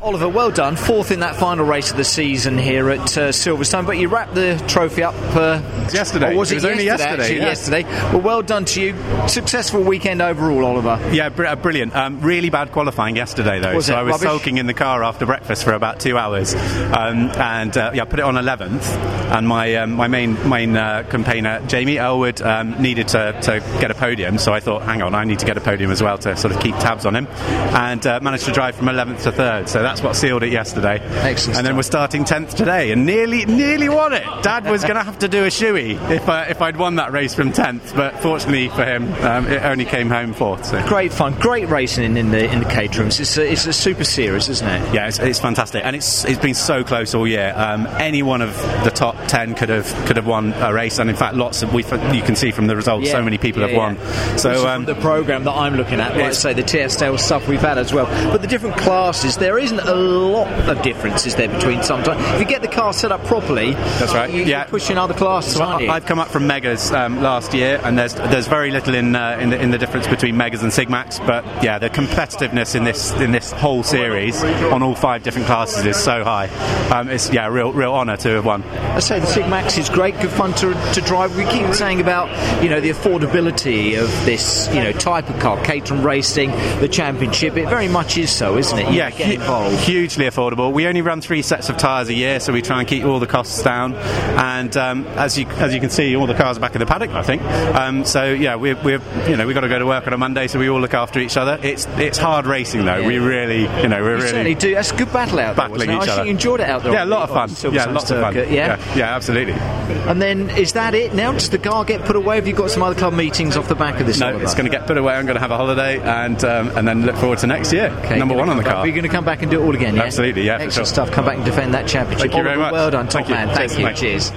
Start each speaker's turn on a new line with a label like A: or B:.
A: Oliver, well done. Fourth in that final race of the season here at uh, Silverstone, but you wrapped the trophy up uh,
B: Yesterday.
A: or was it,
B: It was only yesterday,
A: actually,
B: yeah.
A: yesterday. Well, well done to you. Successful weekend overall, Oliver.
B: Yeah, br- uh, brilliant. Um, really bad qualifying yesterday, though.
A: Was
B: so
A: it
B: I was
A: rubbish?
B: sulking in the car after breakfast for about two hours, um, and uh, yeah, I put it on eleventh. And my um, my main main uh, campaigner, Jamie Elwood, um, needed to, to get a podium. So I thought, hang on, I need to get a podium as well to sort of keep tabs on him, and uh, managed to drive from eleventh to third. So that's what sealed it yesterday.
A: Excellent
B: And then
A: stuff.
B: we're starting tenth today, and nearly nearly won it. Dad was going to have to do a shoey if I, if I'd won that race from tenth, but fortunately for him, um, it only came home fourth. So.
A: Great fun, great racing in, in the in the cage rooms. It's a, it's a super series, isn't it?
B: Yeah, it's, it's fantastic, and it's it's been so close all year. Um, any one of the top ten could have could have won a race, and in fact, lots of we you can see from the results, so many people
A: Yeah,
B: have won.
A: yeah. Also
B: So
A: from
B: um,
A: the program that I'm looking at, like I
B: it's-
A: say, the TSL stuff we've had as well. But the different classes, there isn't a lot of differences there between. Sometimes, if you get the car set up properly,
B: That's right.
A: You, you're
B: Yeah.
A: pushing other classes,
B: So
A: aren't you?
B: I- I've come up from Megas um, last year, and there's there's very little in uh, in, the, in the difference between Megas and Sigmax. But yeah, the competitiveness in this in this whole series on all five different classes is so high. Um, it's yeah, a real real honour to have won.
A: I say the Sigmax is great, good fun to, to drive. We keep saying about you know the affordability of this you know type of car, Caterham Racing, the championship. It very much is so, isn't it? You
B: Yeah,
A: get
B: hu-
A: involved.
B: hugely affordable. We only run three sets of tyres a year, so we try and keep all the costs down. And um, as you as you can see, all the cars are back in the paddock, I think. Um, so yeah, we're, we're you know we got to go to work on a Monday, so we all look after each other. It's it's hard racing though. We really you know we're
A: You certainly
B: really
A: do. That's a good battle out there. wasn't
B: battling
A: it? I
B: each
A: actually
B: other.
A: enjoyed it out there.
B: Yeah, a
A: on
B: lot
A: the-
B: of
A: on
B: fun.
A: the
B: Yeah,
A: Silverstone
B: lots of fun.
A: circuit, Yeah?
B: yeah, yeah, absolutely.
A: And then is that it now? Does the car get put away? Have you got some other club meetings off the back of this?
B: No,
A: Oliver?
B: it's going to get put away. I'm going to have a holiday and um, and then look forward to next year.
A: Okay,
B: Number
A: gonna
B: one on the
A: come back-
B: car.
A: We're going to come back and do it all again. Yeah?
B: Absolutely, yeah, for
A: Excellent
B: sure.
A: stuff. Come back and defend that championship.
B: Thank you very
A: Oliver,
B: much.
A: Well done, top
B: Thank you.
A: man. Thank
B: Cheers,
A: you.
B: mate.
A: Cheers.